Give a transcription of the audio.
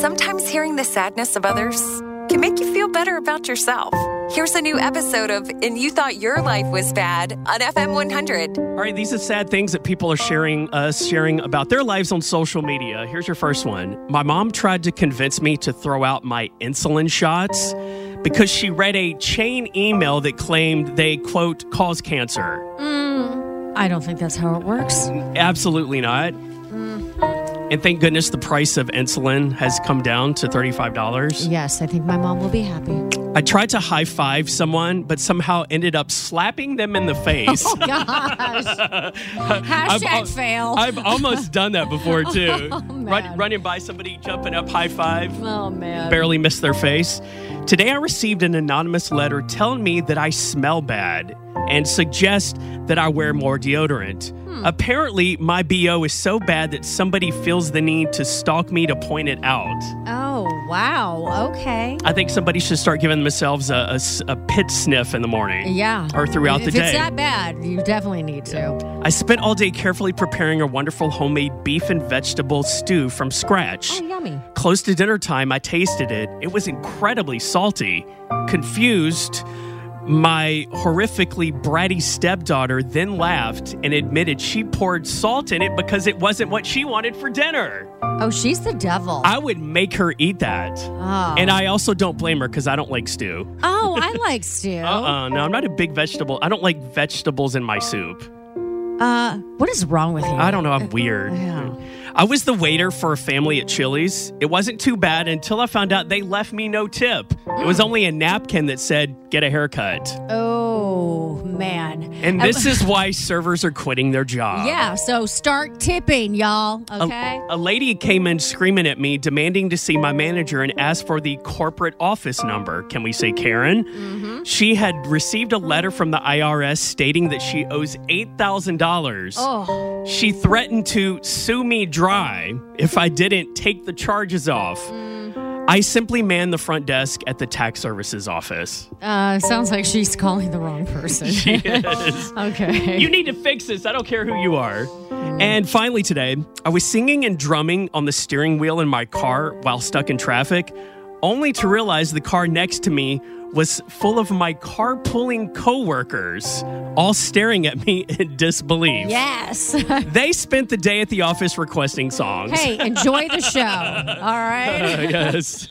Sometimes hearing the sadness of others can make you feel better about yourself. Here's a new episode of And You Thought Your Life Was Bad on FM 100. All right, these are sad things that people are sharing us sharing about their lives on social media. Here's your first one. My mom tried to convince me to throw out my insulin shots because she read a chain email that claimed they quote cause cancer. I don't think that's how it works. Absolutely not. And thank goodness the price of insulin has come down to $35. Yes, I think my mom will be happy. I tried to high five someone, but somehow ended up slapping them in the face. Gosh. I've Hashtag al- fail. Oh, I've almost done that before too. Run, man. running by somebody, jumping up, high five, oh, man. barely missed their face. Today, I received an anonymous letter telling me that I smell bad and suggest that I wear more deodorant. Hmm. Apparently, my BO is so bad that somebody feels the need to stalk me to point it out. Oh, wow. Okay. I think somebody should start giving themselves a, a s- a pit sniff in the morning. Yeah. Or throughout the if day. it's that bad, you definitely need to. I spent all day carefully preparing a wonderful homemade beef and vegetable stew from scratch. Oh, yummy. Close to dinner time, I tasted it. It was incredibly salty. Confused, my horrifically bratty stepdaughter then laughed and admitted she poured salt in it because it wasn't what she wanted for dinner. Oh, she's the devil. I would make her eat that. oh. And I also don't blame her because I don't like stew. oh, I like stew. Uh uh no, I'm not a big vegetable. I don't like vegetables in my soup. Uh, what is wrong with you? I don't know. I'm weird. Yeah. I was the waiter for a family at Chili's. It wasn't too bad until I found out they left me no tip. It Mm. was only a napkin that said, get a haircut. Oh, man. And I- this is why servers are quitting their job. yeah, so start tipping, y'all. A- Okay? A, lady came in screaming at me, demanding to see my manager and asked for the corporate office number. Can we say Karen? Mm-hmm. She had received a letter from the IRS stating that she owes $8,000. oh, She threatened to sue me dry if I didn't take the charges off. Mm. I simply manned the front desk at the tax services office. uh, sounds like she's calling the wrong person. She is. okay. You need to fix this. I don't care who you are. And finally, today, I was singing and drumming on the steering wheel in my car while stuck in traffic, only to realize the car next to me was full of my carpooling coworkers, all staring at me in disbelief. yes. They spent the day at the office requesting songs. Uh, hey, enjoy the show. All right. yes.